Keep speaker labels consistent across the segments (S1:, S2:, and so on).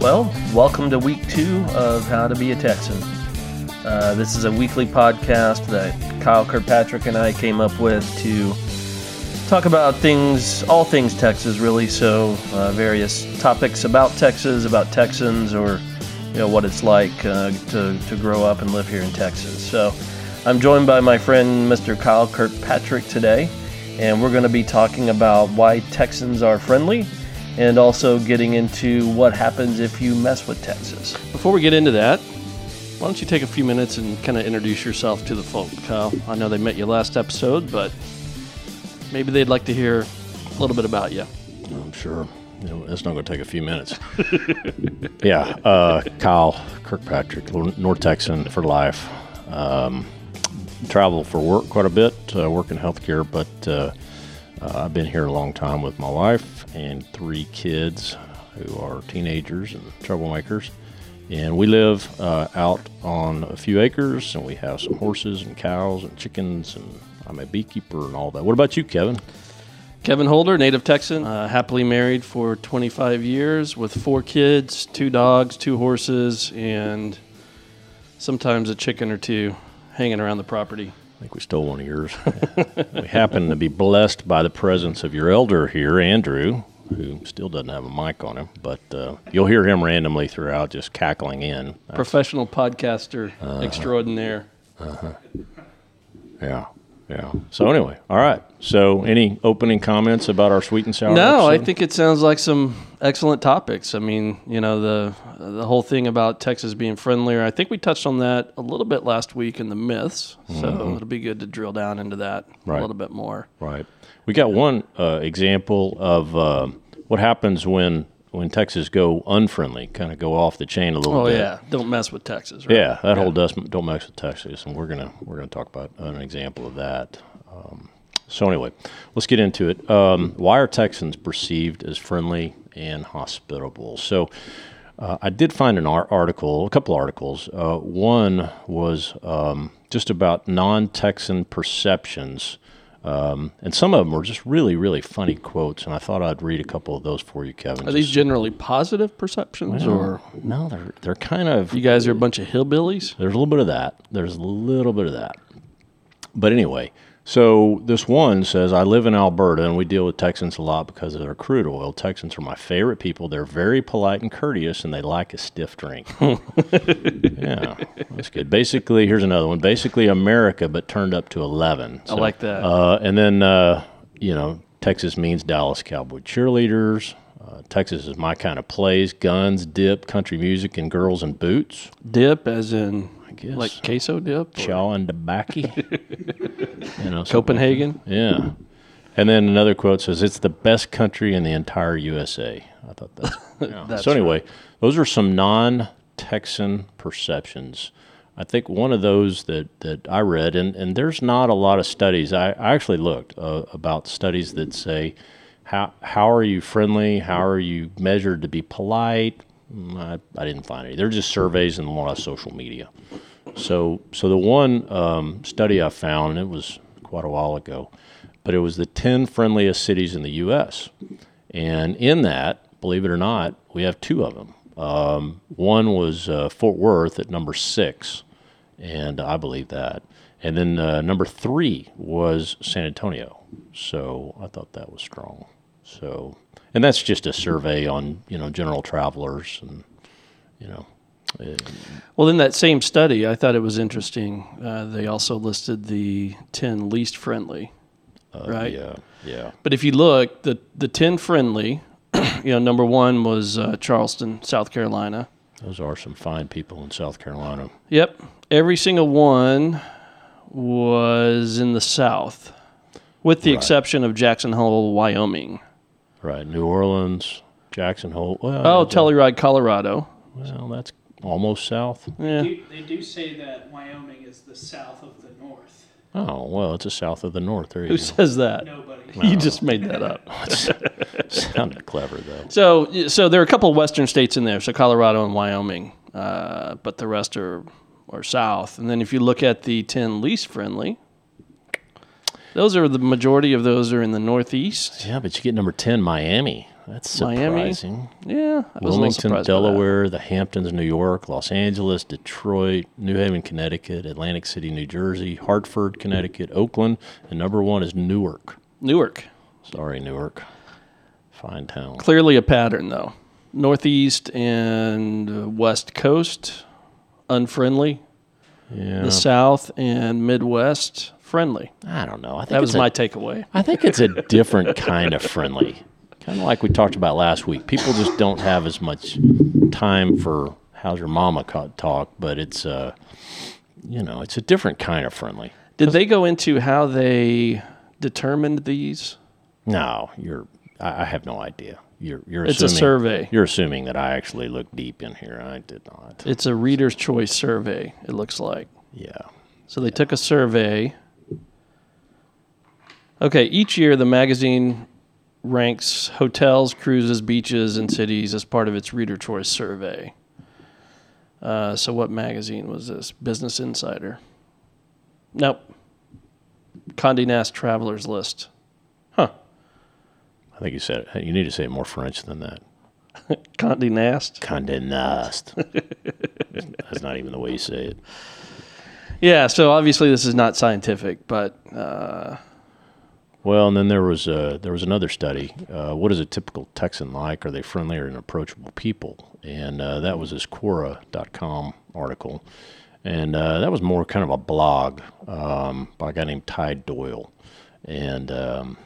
S1: Well, welcome to week two of How to Be a Texan. Uh, this is a weekly podcast that Kyle Kirkpatrick and I came up with to talk about things, all things Texas, really. So, uh, various topics about Texas, about Texans, or you know what it's like uh, to to grow up and live here in Texas. So, I'm joined by my friend Mr. Kyle Kirkpatrick today, and we're going to be talking about why Texans are friendly and also getting into what happens if you mess with Texas. Before we get into that, why don't you take a few minutes and kind of introduce yourself to the folk, Kyle? I know they met you last episode, but maybe they'd like to hear a little bit about you.
S2: I'm sure. You know, It's not going to take a few minutes. yeah, uh, Kyle Kirkpatrick, Nor- North Texan for life. Um, travel for work quite a bit. Uh, work in healthcare, but uh, uh, I've been here a long time with my wife and three kids who are teenagers and troublemakers. And we live uh, out on a few acres, and we have some horses and cows and chickens, and I'm a beekeeper and all that. What about you, Kevin?
S1: Kevin Holder, native Texan, uh, happily married for 25 years with four kids, two dogs, two horses, and sometimes a chicken or two hanging around the property.
S2: I think we stole one of yours. we happen to be blessed by the presence of your elder here, Andrew, who still doesn't have a mic on him, but uh, you'll hear him randomly throughout just cackling in.
S1: Professional podcaster extraordinaire.
S2: Yeah, yeah. So, anyway, all right. So, any opening comments about our sweet and sour?
S1: No, I
S2: episode?
S1: think it sounds like some excellent topics. I mean, you know, the the whole thing about Texas being friendlier. I think we touched on that a little bit last week in the myths. So it'll be good to drill down into that a
S2: Right.
S1: little bit more.
S2: Right. We got one uh, example of uh, what happens when when Texas go unfriendly, kind of go off the chain a little
S1: Oh
S2: bit.
S1: yeah, don't mess with Texas. Right?
S2: Yeah, that whole dust don't mess with Texas, and we're gonna we're gonna talk about an example of that. Um, so anyway, let's get into it. Um, why are Texans perceived as friendly and hospitable? So. Uh, I did find an ar- article, a couple articles. Uh, one was um, just about non-Texan perceptions, um, and some of them were just really, really funny quotes. And I thought I'd read a couple of those for you, Kevin.
S1: Are these
S2: Just-
S1: generally positive perceptions, or
S2: no, they're they're kind of
S1: you guys are a bunch of hillbillies?
S2: there's a little bit of that. There's a little bit of that. But anyway, so this one says, I live in Alberta and we deal with Texans a lot because of their crude oil. Texans are my favorite people. They're very polite and courteous and they like a stiff drink. yeah, that's good. Basically, here's another one. Basically, America, but turned up to 11.
S1: I like that.
S2: Uh, and then, uh, you know, Texas means Dallas Cowboy cheerleaders. Uh, Texas is my kind of place guns, dip, country music, and girls in boots.
S1: dip, as in
S2: guess.
S1: like queso dip, or
S2: Shaw and Debaki. you know, so-
S1: Copenhagen.
S2: yeah. And then another quote says, "It's the best country in the entire USA." I thought that's, yeah.
S1: That's
S2: so. Anyway, those are some non-Texan perceptions. I think one of those that, that I read, and, and there's not a lot of studies. I, I actually looked uh, about studies that say, how how are you friendly? How are you measured to be polite? Mm, I, I didn't find any. They're just surveys and a lot of social media. So, so the one um, study I found, and it was quite a while ago, but it was the 10 friendliest cities in the U.S. And in that, believe it or not, we have two of them. Um, one was uh, Fort Worth at number six, and I believe that. And then uh, number three was San Antonio. So I thought that was strong. So, and that's just a survey on you know general travelers and you know
S1: Well, in that same study, I thought it was interesting. Uh, they also listed the 10 least friendly, right?
S2: Uh, yeah yeah
S1: But if you look, the, the 10 friendly, you know, number one was uh, Charleston, South Carolina.
S2: Those are some fine people in South Carolina.
S1: Yep. Every single one was in the South, with the exception of Jackson Hole, Wyoming.
S2: Right. New Orleans, Jackson Hole. Well,
S1: Oh,
S2: that's-
S1: Telluride, Colorado.
S2: well, that's almost south.
S1: Yeah.
S3: Do- They do say that Wyoming is the south of the north.
S2: Oh, well, it's a south of the north. There you
S1: Who
S2: go.
S1: says that?
S3: Nobody.
S1: You just made that up.
S2: Sounded clever, though.
S1: So, so there are a couple of western states in there, so Colorado and Wyoming, uh, but the rest are are south. And then if you look at the ten least friendly, those are the majority of those are in the northeast.
S2: Yeah, but you get number 10, Miami. That's
S1: Miami?
S2: surprising.
S1: Yeah, I was a little
S2: Wilmington,
S1: surprised by that.
S2: Delaware, the Hamptons, New York, Los Angeles, Detroit, New Haven, Connecticut, Atlantic City, New Jersey, Hartford, Connecticut, Oakland, and number one is Newark.
S1: Newark.
S2: Sorry, Newark. Fine town.
S1: Clearly a pattern, though. Northeast and uh, West Coast, unfriendly.
S2: Yeah.
S1: The South and Midwest, friendly.
S2: I don't know. I think
S1: That was
S2: it's a-
S1: my takeaway.
S2: I think it's a different kind of friendly. Kind of like we talked about last week. People just don't have as much time for how's your mama co- talk, but it's uh you know, it's a different kind of friendly.
S1: Did they go into how they determined these?
S2: No, you're. I, I have no idea. You're. You're.
S1: It's a
S2: assuming-
S1: survey.
S2: You're assuming that I actually looked deep in here. I did not.
S1: It's a reader's choice survey, it looks like.
S2: Yeah.
S1: So they took a survey. Okay, each year the magazine ranks hotels, cruises, beaches, and cities as part of its reader choice survey. Uh, so what magazine was this? Business Insider. Nope. Condé Nast Traveler's List.
S2: I think you said it. You need to say it more French than that.
S1: Condé Nast.
S2: Condé Nast. That's not even the way you say it.
S1: Yeah. So obviously this is not scientific, but uh,
S2: Well, and then there was uh, there was another study. Uh, what is a typical Texan like? Are they friendly or approachable people? And uh, that was this Quora.com article, and uh, that was more kind of a blog um, by a guy named Ty Doyle, and um,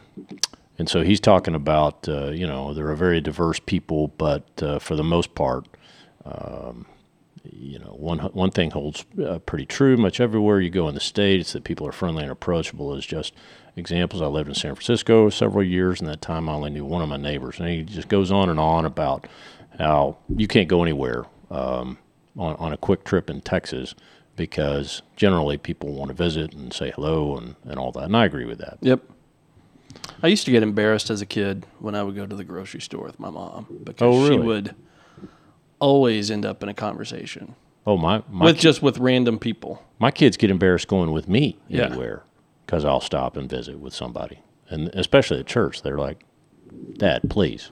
S2: and so he's talking about uh, you know there are very diverse people, but uh, for the most part, you know, one one thing holds uh, pretty true. Much everywhere you go in the state, it's that people are friendly and approachable. Is just examples. I lived in San Francisco several years, and that time I only knew one of my neighbors, and he just goes on and on about how you can't go anywhere um, on on a quick trip in Texas because generally people want to visit and say hello and, and all that. And I agree with that.
S1: Yep. I used to get embarrassed as a kid when I would go to the grocery store with my mom because
S2: Oh,
S1: she
S2: really?
S1: would always end up in a conversation
S2: Oh my my
S1: with just with random people.
S2: my kids get embarrassed going with me
S1: Yeah.
S2: anywhere because I'll stop and visit with somebody, and especially at church, they're like, "Dad, please."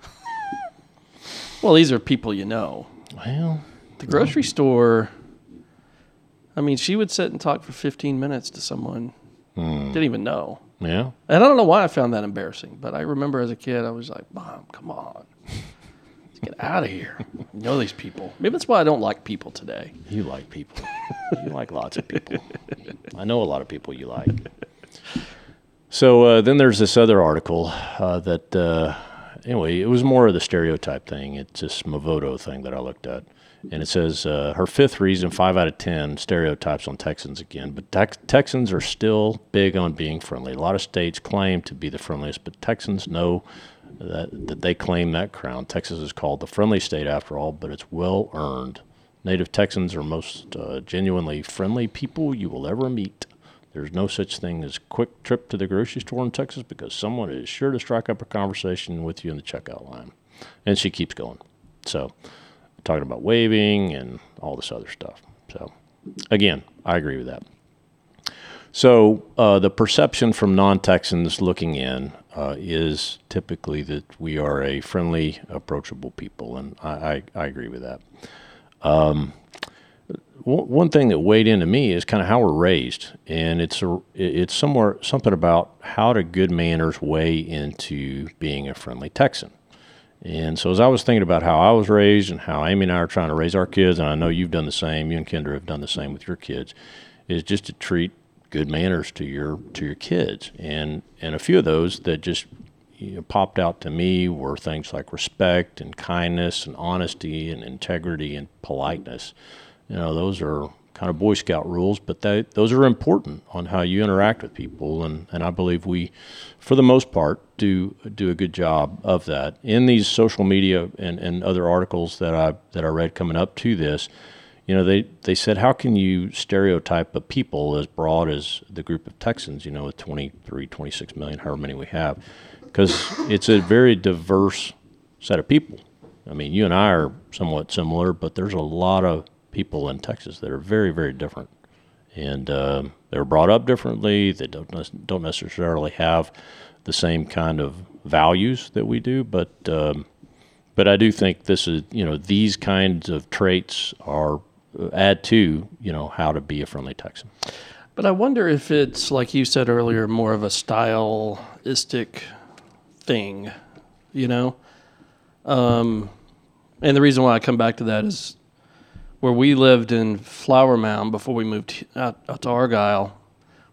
S1: Well, these are people you know.
S2: Well,
S1: The grocery store I mean, she would sit and talk for 15 minutes to someone
S2: Hmm.
S1: didn't even know.
S2: yeah,
S1: And I don't know why I found that embarrassing, but I remember as a kid I was like, "Mom, come on. Let's get out of here. You know these people." Maybe that's why I don't like people today.
S2: you like people. you like lots of people. I know a lot of people you like. So uh, then there's this other article uh, that, uh, anyway, it was more of the stereotype thing. It's this Mavoto thing that I looked at. And it says uh, her fifth reason, five out of 10 stereotypes on Texans again. But Tex- Texans are still big on being friendly. A lot of states claim to be the friendliest, but Texans know that, that they claim that crown. Texas is called the friendly state after all, but it's well earned. Native Texans are most uh, genuinely friendly people you will ever meet. There's no such thing as quick trip to the grocery store in Texas because someone is sure to strike up a conversation with you in the checkout line. And she keeps going. So, talking about waving and all this other stuff. So, again, I agree with that. So, uh, the perception from non Texans looking in uh, is typically that we are a friendly, approachable people. And I, I, I agree with that one one thing that weighed into me is kind of how we're raised, and it's a, it's somewhere something about how do good manners weigh into being a friendly Texan. And so as I was thinking about how I was raised and how Amy and I are trying to raise our kids, and I know you've done the same, you and Kendra have done the same with your kids, is just to treat good manners to your to your kids. And and a few of those that just you know, popped out to me were things like respect and kindness and honesty and integrity and politeness. You know, those are kind of Boy Scout rules, but they, those are important on how you interact with people. And, and I believe we, for the most part, do do a good job of that. In these social media and, and other articles that I that I read coming up to this, you know, they, they said, how can you stereotype a people as broad as the group of Texans, you know, with 23, 26 million, however many we have? Because it's a very diverse set of people. I mean, you and I are somewhat similar, but there's a lot of people in Texas that are very, very different. And um they're brought up differently. They don't, nec- don't necessarily have the same kind of values that we do, but um, But I do think this is, you know, these kinds of traits are add to, you know, how to be a friendly Texan.
S1: But I wonder if it's like you said earlier, more of a stylistic thing, you know. Um, and the reason why I come back to that is where we lived in Flower Mound before we moved he- out, out to Argyle.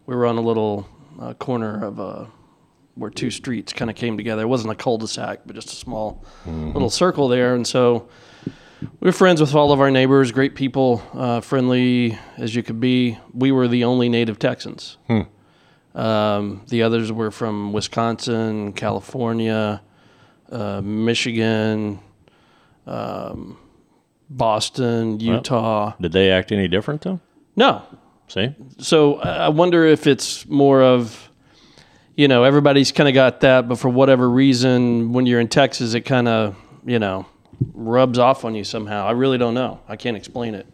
S1: We were on a little uh, corner of uh, where two streets kind of came together. It wasn't a cul-de-sac, but just a small little circle there, and so. We were friends with all of our neighbors, great people, uh, friendly as you could be. We were the only native Texans. Um, the others were from Wisconsin, California, uh, Michigan, um, Boston, Utah.
S2: Did they act any different though?
S1: No.
S2: See?
S1: So I I wonder if it's more of, you know, everybody's kind of got that, but for whatever reason, when you're in Texas, it kind of, you know, rubs off on you somehow. I really don't know. I can't explain it.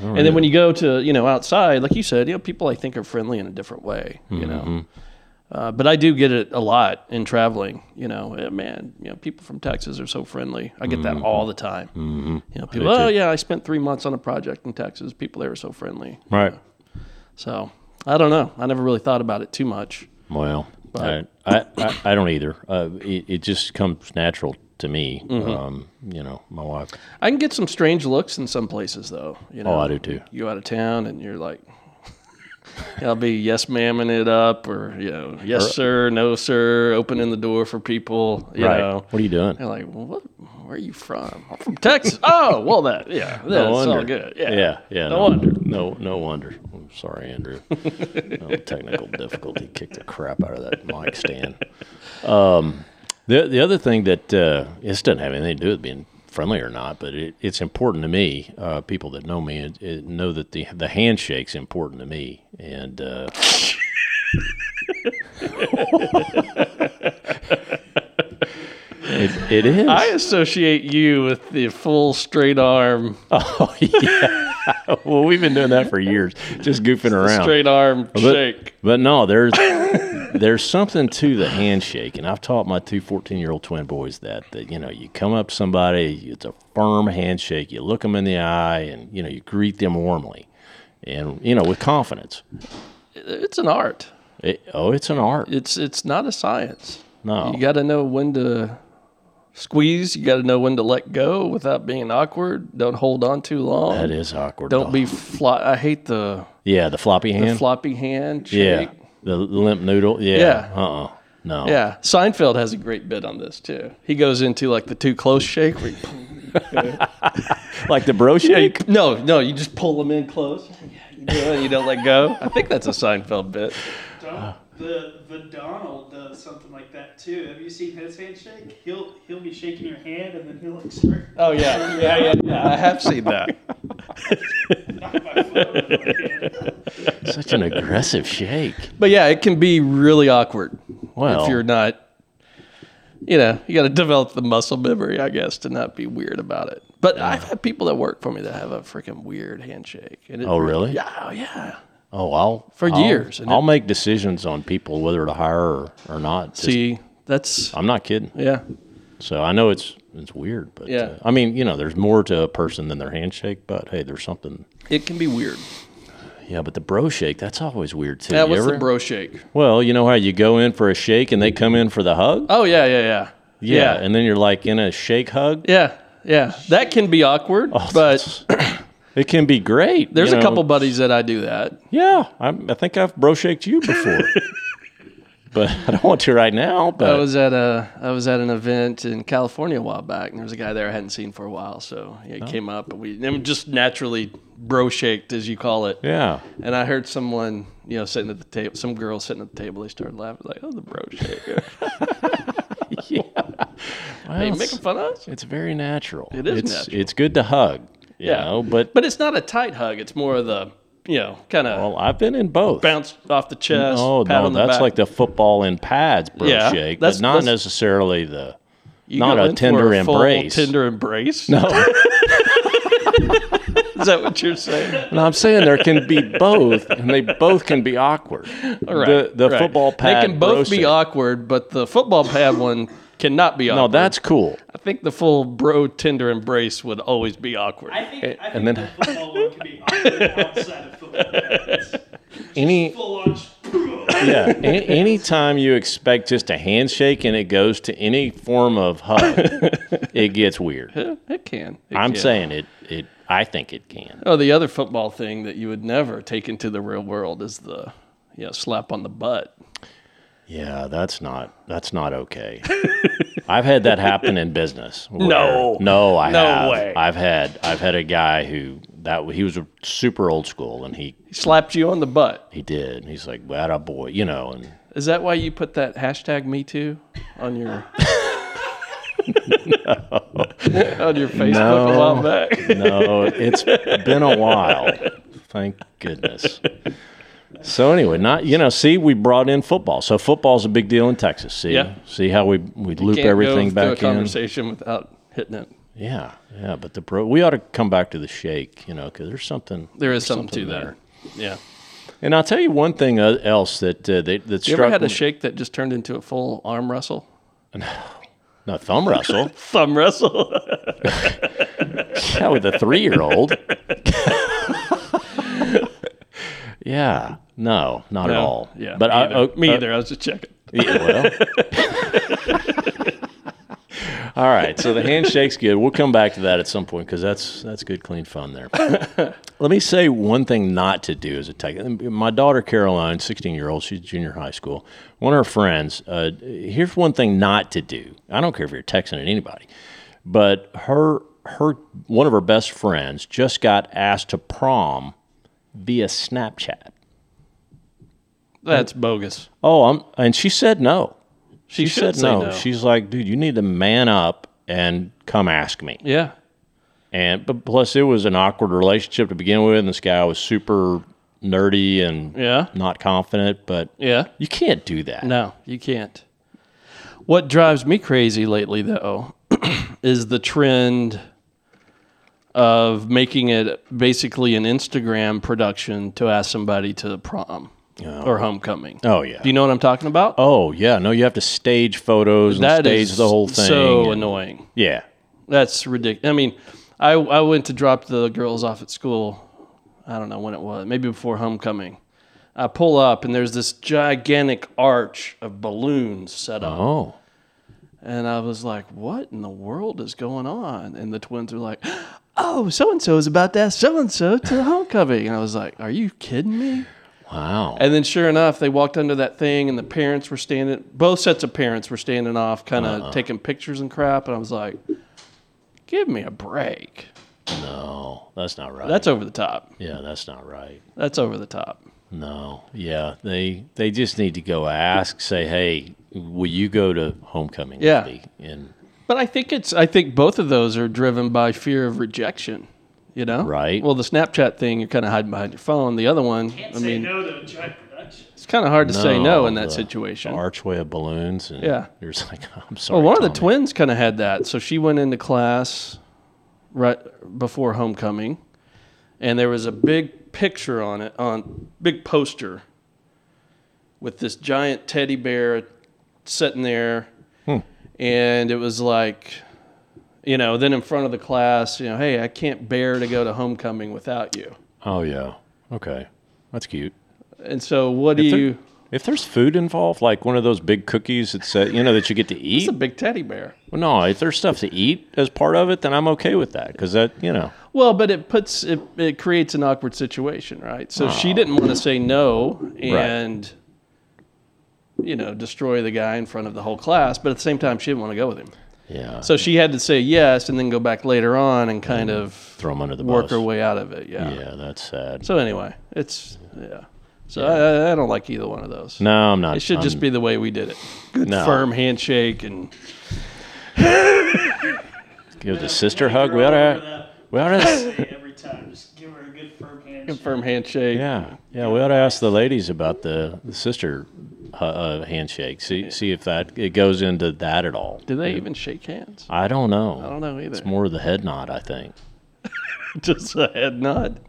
S1: and then when you go to you know outside, like you said, you know people I think are friendly in a different way. You know, uh, but I do get it a lot in traveling. You know, eh, man, you know people from Texas are so friendly. I get that all the time. You know, people. Oh yeah, I spent three months on a project in Texas. People there are so friendly.
S2: Right.
S1: So I don't know. I never really thought about it too much.
S2: Well, I, I, I, I don't either. Uh, it, it just comes natural to me.
S1: Mm-hmm.
S2: Um, you know, my wife.
S1: I can get some strange looks in some places though. You know,
S2: Oh, I do too.
S1: You go out of town and you're like, I'll be yes ma'aming it up or you know yes sir, no sir, opening the door for people. You know,
S2: What are you doing?
S1: they're like, well, what? Where are you from? I'm from Texas. oh, well that yeah, that's all good. Yeah,
S2: yeah, yeah.
S1: No wonder.
S2: No, no wonder. I'm sorry, Andrew. no, technical difficulty kicked the crap out of that mic stand. Um, the the other thing that uh, this doesn't have anything to do with being friendly or not, but it, it's important to me. Uh, people that know me it, it know that the the handshake's important to me, and. Uh, It, it is.
S1: I associate you with the full straight arm,
S2: well, we've been doing that for years, just goofing around.
S1: straight arm shake.
S2: But no, there's there's something to the handshake, and I've taught my two 14 year old twin boys that that you know you come up to somebody, it's a firm handshake, you look them in the eye, and you know you greet them warmly, and you know with confidence.
S1: It's an art.
S2: It, oh, it's an art.
S1: It's it's not a science.
S2: No,
S1: You got to know when to squeeze. You got to know when to let go without being awkward. Don't hold on too long.
S2: that is awkward.
S1: Don't
S2: Oh,
S1: be fly. I hate the,
S2: Yeah, the floppy
S1: the
S2: hand.
S1: floppy hand.
S2: yeah,
S1: Shake.
S2: the limp noodle. Yeah.
S1: Yeah.
S2: Uh. uh No.
S1: Yeah. Seinfeld has a great bit on this too. He goes into like the too close shake. Where you,
S2: Like the bro shake.
S1: no, no, you just pull them in close. You do it, you don't let go. I think that's a Seinfeld bit.
S3: Don't, the the Donald does something like that too. Have you seen his handshake? He'll he'll be shaking your hand and then he'll like start
S1: Oh yeah, yeah, yeah. yeah. I have seen that.
S3: knocking my foot over my hand.
S2: Such an aggressive shake.
S1: But yeah, it can be really awkward.
S2: Well,
S1: if you're not you know you got to develop the muscle memory i guess to not be weird about it but i've had people that work for me that have a freaking weird handshake and it,
S2: Oh, really?
S1: yeah oh, yeah
S2: Oh, I'll
S1: For
S2: I'll-
S1: years, and
S2: I'll
S1: it-
S2: make decisions on people whether to hire or, or not. Just-
S1: see that's
S2: I'm not kidding.
S1: yeah
S2: So I know it's it's weird, but
S1: Yeah.
S2: uh, I mean, you know, there's more to a person than their handshake. But hey, there's something.
S1: it can be weird
S2: Yeah, but the bro shake that's always weird too.
S1: yeah
S2: You
S1: what's
S2: ever-
S1: the bro shake
S2: Well, you know how you go in for a shake and they come in for the hug.
S1: oh yeah yeah yeah yeah yeah
S2: and then you're like in a shake hug.
S1: yeah, that can be awkward but
S2: Oh, That's- it can be great.
S1: there's
S2: you
S1: a
S2: know.
S1: couple buddies that i do that
S2: Yeah, I'm, I think I've bro shaked you before, but I don't want to right now. But
S1: I was at a I was at an event in California a while back, and there was a guy there I hadn't seen for a while. So yeah, he
S2: Oh.
S1: came up, and we and just naturally bro shaked, as you call it.
S2: yeah,
S1: And I heard someone, you know, sitting at the table, some girl sitting at the table. They started laughing, like, "Oh, the bro shake!
S2: Well,
S1: Are you
S2: it's-
S1: making fun of us?"
S2: It's very natural.
S1: It is
S2: it's,
S1: natural.
S2: It's good to hug, you
S1: Yeah.
S2: know, but,
S1: But it's not a tight hug. It's more of the, you know, kind of
S2: well, I've been in both.
S1: bounce off the chest.
S2: oh,
S1: pat
S2: no,
S1: on the
S2: that's
S1: back.
S2: like the football in pads bro
S1: Yeah,
S2: shake,
S1: that's-
S2: but not
S1: that's-
S2: necessarily the.
S1: You
S2: not
S1: go
S2: a
S1: in for
S2: tender
S1: a full
S2: embrace.
S1: Tender embrace.
S2: No,
S1: Is that what you're saying?
S2: no, I'm saying there can be both, and they both can be awkward. the the
S1: right.
S2: football pad.
S1: They can both
S2: bro
S1: be
S2: shake.
S1: awkward, but the football pad one cannot be awkward.
S2: No, that's cool.
S1: I think the full bro Tinder embrace would always be awkward.
S3: I think, I think
S2: And then-
S3: the football one could be awkward outside of football. It's
S2: Any
S3: full on.
S2: yeah, any, anytime you expect just a handshake and it goes to any form of hug, it gets weird.
S1: it can. It
S2: I'm
S1: can.
S2: saying it. It. I think it can.
S1: Oh, the other football thing that you would never take into the real world is the you know, slap on the butt.
S2: Yeah, that's not. That's not okay. I've had that happen in business. where-
S1: No.
S2: no, I
S1: No
S2: have.
S1: way.
S2: I've had. I've had a guy who that he was a super old school, and he
S1: He slapped you on the butt.
S2: he did. And he's like, "What a boy," you know, and
S1: Is that why you put that hashtag Me Too on your on your Facebook a while back?
S2: no, oh, it's been a while. Thank goodness. So anyway, not you know, see, we brought in football. So football's a big deal in Texas. See,
S1: Yeah.
S2: see how we we loop
S1: Can't
S2: everything
S1: go through
S2: back
S1: a
S2: in.
S1: conversation without hitting it.
S2: Yeah, yeah. But the pro, we ought to come back to the shake. You know, because there's something.
S1: There is something, to that. Yeah.
S2: And I'll tell you one thing uh, else that uh, that, that
S1: You
S2: struck
S1: ever had
S2: me-
S1: a shake that just turned into a full arm wrestle?
S2: no thumb wrestle.
S1: Thumb wrestle.
S2: yeah, with a three year old. yeah. No, not at all.
S1: Yeah.
S2: But
S1: me
S2: I,
S1: either.
S2: oh,
S1: me
S2: uh,
S1: either. I was just checking.
S2: Yeah, well. All right, so the handshake's good. We'll come back to that at some point because that's that's good, clean fun there. Let me say one thing not to do as a tech. My daughter Caroline, sixteen year old, she's junior high school. One of her friends. Uh, here's one thing not to do. I don't care if you're texting at anybody, but her her one of her best friends just got asked to prom via Snapchat.
S1: That's bogus.
S2: Oh, I'm, and she said no. She,
S1: should
S2: said
S1: say
S2: no.
S1: no.
S2: She's like, dude, you need to man up and come ask me.
S1: Yeah.
S2: And but plus, it was an awkward relationship to begin with, and this guy was super nerdy and
S1: Yeah.
S2: not confident. But
S1: Yeah.
S2: you can't do that.
S1: No, you can't. What drives me crazy lately, though, is the trend of making it basically an Instagram production to ask somebody to prom or homecoming.
S2: Oh yeah.
S1: Do you know what I'm talking about?
S2: oh yeah. No, you have to stage photos and
S1: That
S2: stage
S1: is
S2: the whole thing.
S1: so
S2: and-
S1: annoying.
S2: Yeah.
S1: That's ridiculous. I mean, I, I went to drop the girls off at school. I don't know when it was, maybe before homecoming. I pull up and there's this gigantic arch of balloons set up.
S2: Oh.
S1: And I was like, what in the world is going on? And the twins were like, oh, so and so is about to ask so and so to the homecoming. And I was like, are you kidding me?
S2: Wow.
S1: And then sure enough, they walked under that thing and the parents were standing, both sets of parents were standing off, kind of taking pictures and crap. And I was like, give me a break.
S2: no, that's not right.
S1: That's over the top.
S2: yeah, that's not right.
S1: That's over the top.
S2: No, yeah, they they just need to go ask, say, hey, will you go to homecoming?
S1: Yeah.
S2: with me? and
S1: But I think it's I think both of those are driven by fear of rejection. You know?
S2: Right.
S1: Well, the Snapchat thing, you're kind of hiding behind your phone. The other one,
S3: Can't
S1: I
S3: say
S1: mean,
S3: no to a giant production.
S1: it's kind of hard to say no in that
S2: the-
S1: situation.
S2: the archway of balloons, and
S1: Yeah.
S2: you're just like, I'm sorry.
S1: Well, Oh, one of the
S2: Tommy."
S1: twins kind of had that. So she went into class right before homecoming, and there was a big picture on it, on big poster with this giant teddy bear sitting there, and it was like, you know, then in front of the class, you know, hey, I can't bear to go to homecoming without you.
S2: Oh yeah, okay, that's cute.
S1: And so, what do
S2: If there-
S1: you?
S2: If there's food involved, like one of those big cookies that's uh, you know that you get to
S1: It's
S2: eat.
S1: a big teddy bear.
S2: Well, no, if there's stuff to eat as part of it, then I'm okay with that because that you know.
S1: Well, but it puts it, it creates an awkward situation, right? So she didn't want to say no and you know destroy the guy in front of the whole class, but at the same time she didn't want to go with him.
S2: Yeah.
S1: So she had to say yes and then go back later on and kind of
S2: throw 'em under the
S1: work
S2: bus.
S1: her way out of it. Mm-hmm. Yeah.
S2: yeah, that's sad.
S1: So anyway, it's yeah. So I I, I don't like either one of those.
S2: no, I'm not.
S1: It should just
S2: I'm-
S1: be the way we did it. Good
S2: No.
S1: firm handshake and
S2: give the sister hug. We ought to. We ought to.
S3: Say every time, just give her a good firm handshake.
S1: firm handshake.
S2: Yeah, yeah. We ought to ask the ladies about the, the sister uh, uh, handshake. See, see if that it goes into that at all.
S1: Do they even shake hands?
S2: I don't know.
S1: I don't know either.
S2: It's more of the head nod, I think.
S1: Just a head nod.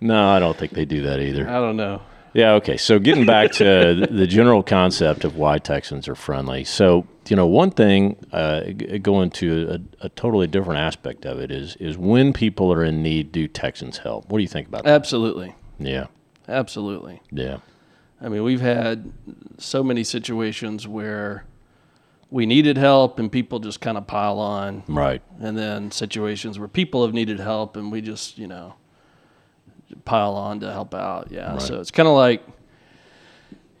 S2: No, I don't think they do that
S1: I
S2: either.
S1: Uh, don't know.
S2: Yeah, okay. So getting back to the general concept of why Texans are friendly. So, you know, one thing uh, g- going to a, a totally different aspect of it is is when people are in need, do Texans help? What do you
S1: Uh,
S2: think about that?
S1: Absolutely.
S2: Yeah,
S1: Absolutely.
S2: yeah,
S1: I mean, we've had so many situations where we needed help and people just kind of pile on,
S2: right.
S1: and then situations where people have needed help and we just, you know, pile on to help out. Yeah.
S2: Right.
S1: So it's kind of like,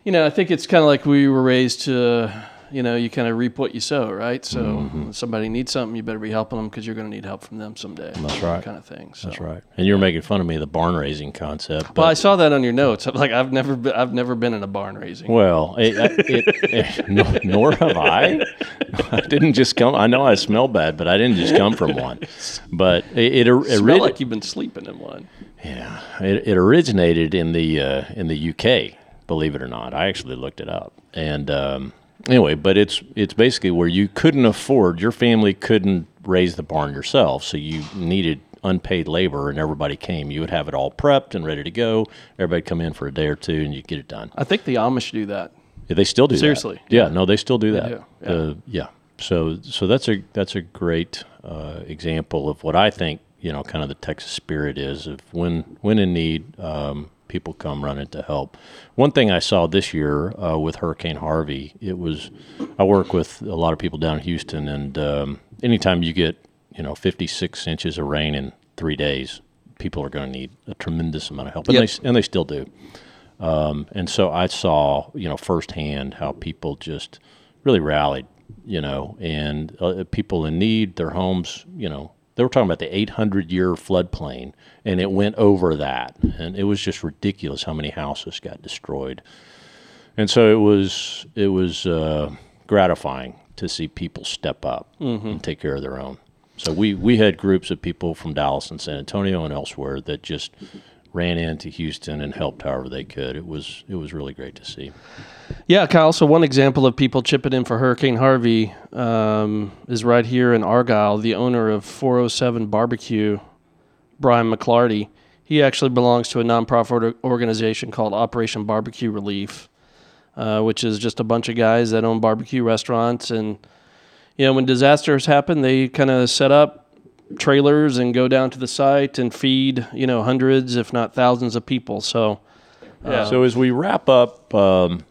S1: you know, I think it's kind of like we were raised to, you know, you kind of reap what you sow, right? So
S2: Mm-hmm.
S1: when somebody needs something, you better be helping them because you're going to need help from them someday. That's
S2: right.
S1: Kind of thing. So.
S2: That's right. And you were making fun of me the barn raising concept. But
S1: Well, I saw that on your notes. I'm like, I've never, been, I've never been in a barn raising.
S2: Well, it, it, it, nor, nor have I. I didn't just come. I know I smell bad, but I didn't just come from one. But it, it,
S1: It
S2: it,
S1: smell
S2: really,
S1: like you've been sleeping in one.
S2: yeah, it, it originated in the uh, in the UK. Believe it or not, I actually looked it up. And um, anyway, but it's it's basically where you couldn't afford your family couldn't raise the barn yourself, so you needed unpaid labor, and everybody came. You would have it all prepped and ready to go. Everybody come in for a day or two, and you get it done.
S1: I think the Amish do that.
S2: Yeah, they still do that.
S1: Seriously.
S2: Yeah, no, they still do that.
S1: do,
S2: Yeah. Uh, yeah. So so that's a that's a great uh, example of what I think you know kind of the Texas spirit is of when when in need um, people come running to help. One thing I saw this year uh, with Hurricane Harvey, it was I work with a lot of people down in Houston, and um, anytime you get you know 56 inches of rain in three days, people are going to need a tremendous amount of help, and
S1: Yep.
S2: they s- and they still do. And so I saw, you know, firsthand how people just really rallied, you know, and uh, people in need, their homes, you know, they were talking about the 800 year floodplain and it went over that. And it was just ridiculous how many houses got destroyed. And so it was, it was uh, gratifying to see people step up and take care of their own. So we, we had groups of people from Dallas and San Antonio and elsewhere that just ran into Houston and helped however they could. It was it was really great to see.
S1: Yeah, Kyle. So one example of people chipping in for Hurricane Harvey um, is right here in Argyle. The owner of 407 Barbecue, Brian McClarty, he actually belongs to a nonprofit or- organization called Operation Barbecue Relief, uh, which is just a bunch of guys that own barbecue restaurants. And you know, when disasters happen, they kind of set up trailers and go down to the site and feed you know hundreds, if not thousands, of people. So.
S2: So as we wrap up, um,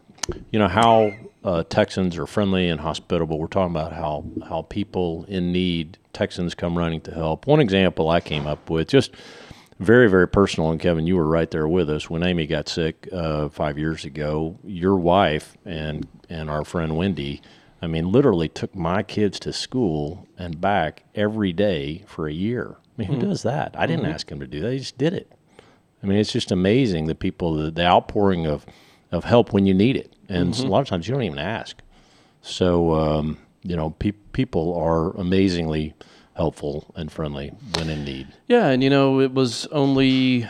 S2: you know how uh, Texans are friendly and hospitable. We're talking about how how people in need Texans come running to help. One example I came up with just very very personal and Kevin, you were right there with us when Amy got sick uh, five years ago. Your wife and and our friend Wendy. I mean, literally took my kids to school and back every day for a year. I mean, who does that? I didn't ask them to do that. They just did it. I mean, it's just amazing the people, the, the outpouring of, of help when you need it. And
S1: Mm-hmm.
S2: a lot of times you don't even ask. So, um, you know, pe- people are amazingly helpful and friendly when in need.
S1: Yeah, and you know, it was only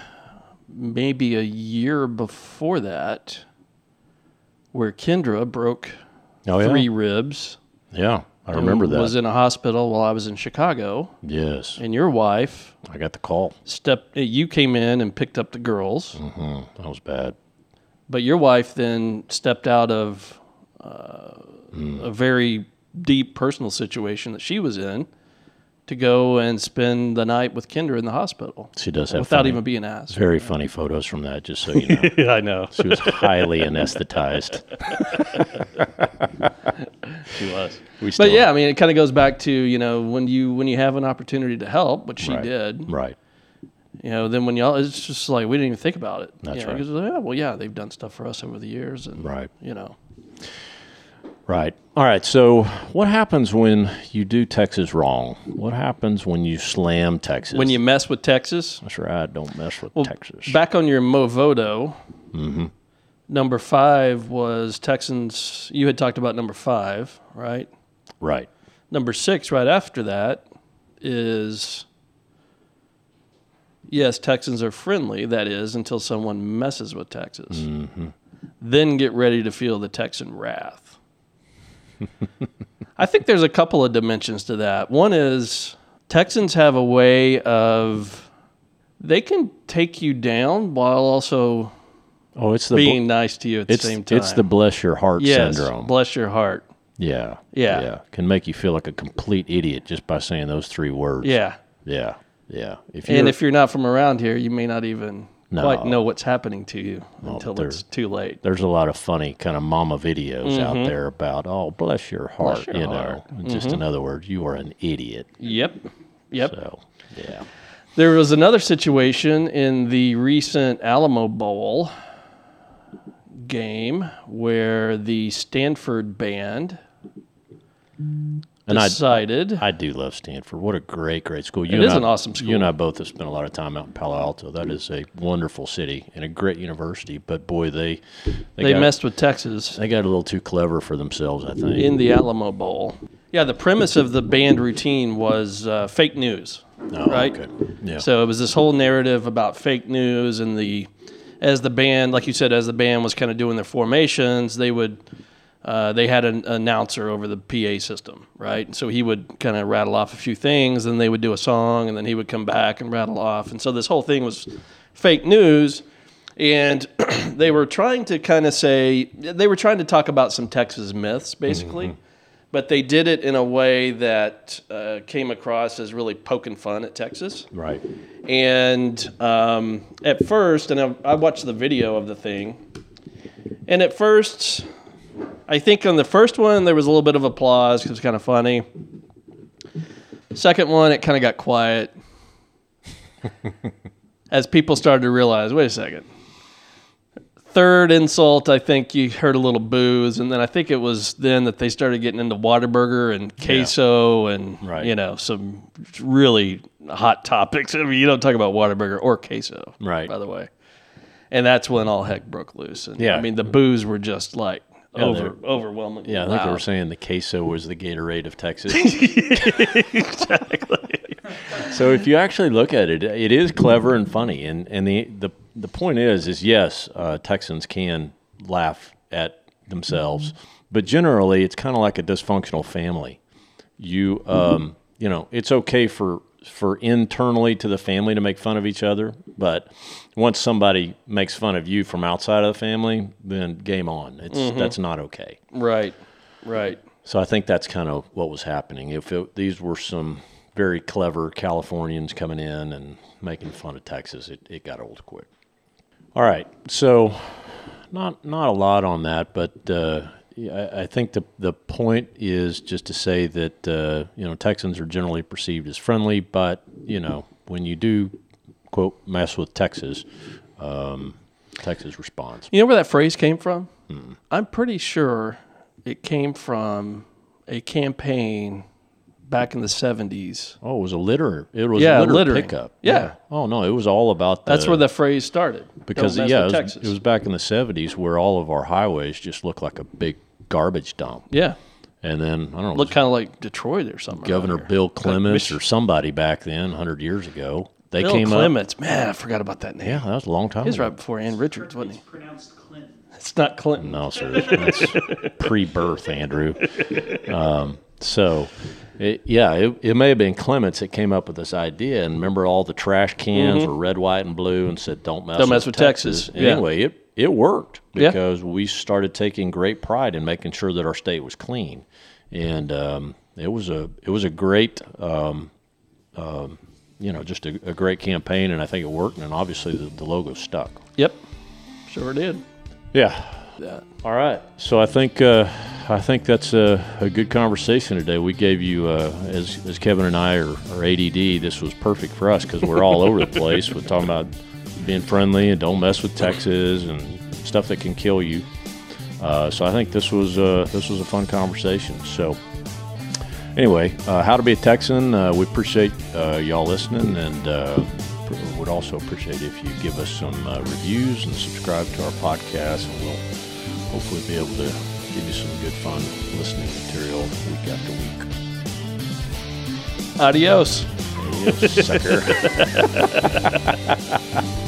S1: maybe a year before that where Kendra broke
S2: Oh,
S1: three
S2: yeah.
S1: ribs.
S2: Yeah. I remember
S1: and
S2: that.
S1: Was in a hospital while I was in Chicago,
S2: yes.
S1: and your wife
S2: I got the call.
S1: stepped. eh, You came in and picked up the girls,
S2: Mm. Mm-hmm. That was bad.
S1: but your wife then stepped out of uh, a
S2: Mm.
S1: very deep personal situation that she was in to go and spend the night with Kendra in the hospital
S2: She does have
S1: without
S2: funny-
S1: even being asked.
S2: very funny photos from that, just so you know.
S1: I know
S2: she was highly anesthetized.
S1: she was.
S2: We still,
S1: But yeah, I mean, it kind of goes back to you know when you when you have an opportunity to help, which she
S2: Right.
S1: did.
S2: Right.
S1: You know, then when y'all, it's just like we didn't even think about it.
S2: That's
S1: you know,
S2: right.
S1: because, yeah, oh, well, yeah, they've done stuff for us over the years, and
S2: Right.
S1: you know,
S2: Right. All right. So, what happens when you do Texas wrong? What happens when you slam Texas?
S1: when you mess with Texas,
S2: that's right. Don't mess with Texas.
S1: Back on your Movoto,
S2: Mm-hmm.
S1: number five was Texans. You had talked about number five, right?
S2: right.
S1: Number six, right after that, is yes, Texans are friendly. That is until someone messes with Texas.
S2: Mm-hmm.
S1: Then get ready to feel the Texan wrath. I think there's a couple of dimensions to that. One is Texans have a way of they can take you down while also
S2: Oh, it's the bl-
S1: being nice to you at the
S2: it's
S1: same time.
S2: it's the bless your heart
S1: yes,
S2: syndrome.
S1: bless your heart.
S2: yeah,
S1: Yeah.
S2: Can make you feel like a complete idiot just by saying those three words.
S1: Yeah.
S2: yeah, yeah. If
S1: and
S2: you're-
S1: if you're not from around here, you may not even
S2: No.
S1: quite know what's happening to you
S2: No,
S1: until
S2: they're-
S1: it's too late.
S2: there's a lot of funny kind of mama videos out there about oh bless your heart
S1: Mm-hmm. your
S2: you
S1: heart.
S2: know just in other words you are an idiot
S1: Yep. Yep.
S2: so yeah
S1: There was another situation in the recent Alamo Bowl game where the Stanford band
S2: and I
S1: decided
S2: I do love Stanford what a great great school you
S1: It
S2: and
S1: is
S2: I-
S1: an awesome school.
S2: you and I both have spent a lot of time out in Palo Alto that is a wonderful city and a great university but boy they
S1: they
S2: got,
S1: messed with Texas
S2: they got a little too clever for themselves I think
S1: in the Alamo Bowl. Yeah, the premise of the band routine was uh, fake news.
S2: Oh,
S1: right?
S2: okay. yeah
S1: So it was this whole narrative about fake news and the, as the band, like you said, as the band was kind of doing their formations, they would, uh, they had an announcer over the PA system, right? And so he would kind of rattle off a few things, and they would do a song, and then he would come back and rattle off, and so this whole thing was fake news, and they were trying to kind of say they were trying to talk about some Texas myths, basically. But they did it in a way that uh, came across as really poking fun at Texas.
S2: right
S1: And um, at first, and I, I watched the video of the thing, and at first, I think on the first one there was a little bit of applause 'cause it was kind of funny. Second one, it kind of got quiet as people started to realize, wait a second. Third insult, I think you heard a little booze, and then I think it was then that they started getting into Whataburger and queso and
S2: Right.
S1: you know some really hot topics. I mean, you don't talk about Whataburger or queso,
S2: Right.
S1: By the way, and that's when all heck broke loose. And,
S2: Yeah.
S1: I mean the boos were just like
S2: Yeah,
S1: over overwhelming.
S2: yeah I think they were saying the queso was the Gatorade of Texas
S1: exactly.
S2: So if you actually look at it, it is clever and funny, and and the the the point is is yes, uh, Texans can laugh at themselves, but generally it's kind of like a dysfunctional family. You um you know it's okay for for internally to the family to make fun of each other, but once somebody makes fun of you from outside of the family, then game on. It's that's not okay.
S1: right, right.
S2: So I think that's kind of what was happening. If it, these were some very clever Californians coming in and making fun of Texas, it, it got old quick. All right, so not not a lot on that, but uh, yeah, I, I think the the point is just to say that uh, you know Texans are generally perceived as friendly, but you know when you do quote mess with Texas, um, Texas responds.
S1: You know where that phrase came from?
S2: Hmm.
S1: I'm pretty sure it came from a campaign back in the 70s.
S2: Oh, it was a litter. It was
S1: Yeah,
S2: a litter
S1: littering.
S2: pickup.
S1: Yeah.
S2: Oh no, it was all about the,
S1: That's where the phrase started.
S2: Uh, because
S1: Don't mess
S2: yeah, it
S1: with
S2: was,
S1: Texas.
S2: it was back in the '70s where all of our highways just looked like a big garbage dump.
S1: yeah,
S2: And then I don't know,
S1: looked
S2: it was
S1: kind of like Detroit or something. around
S2: Governor
S1: here.
S2: Bill Clements
S1: Mich-
S2: or somebody back then, 100 years ago, they
S1: Bill
S2: came up.
S1: Clements. Man, I forgot about that name.
S2: Yeah, that was a long time.
S1: He was
S2: ago.
S1: right before Ann Richards, wasn't he?
S3: It's pronounced Clinton.
S1: It's not Clinton.
S2: No, sir. That's pre-birth, Andrew. Um, so, it, yeah, it, it may have been Clements that came up with this idea, and remember all the trash cans were red, white, and blue, and said, "Don't mess,
S1: Mm-hmm. Don't mess with Texas."
S2: And
S1: Yeah.
S2: Anyway, it it worked
S1: Yeah.
S2: because we started taking great pride in making sure that our state was clean, and um, it was a it was a great. Um, um, you know, just a, a great campaign, and I think it worked. And obviously, the, the logo stuck.
S1: Yep, sure did.
S2: Yeah,
S1: That.
S2: all right. So I think uh, I think that's a, a good conversation today. We gave you, uh, as, as Kevin and I are, are ADD, this was perfect for us because we're all over the place. We're talking about being friendly and don't mess with Texas and stuff that can kill you. Uh, so I think this was uh, this was a fun conversation. So anyway, uh, how to be a Texan. Uh, we appreciate uh, y'all listening, and uh, pr- would also appreciate if you give us some uh, reviews and subscribe to our podcast, and we'll hopefully be able to give you some good fun listening material week after week.
S1: Adios.
S2: Adios, sucker.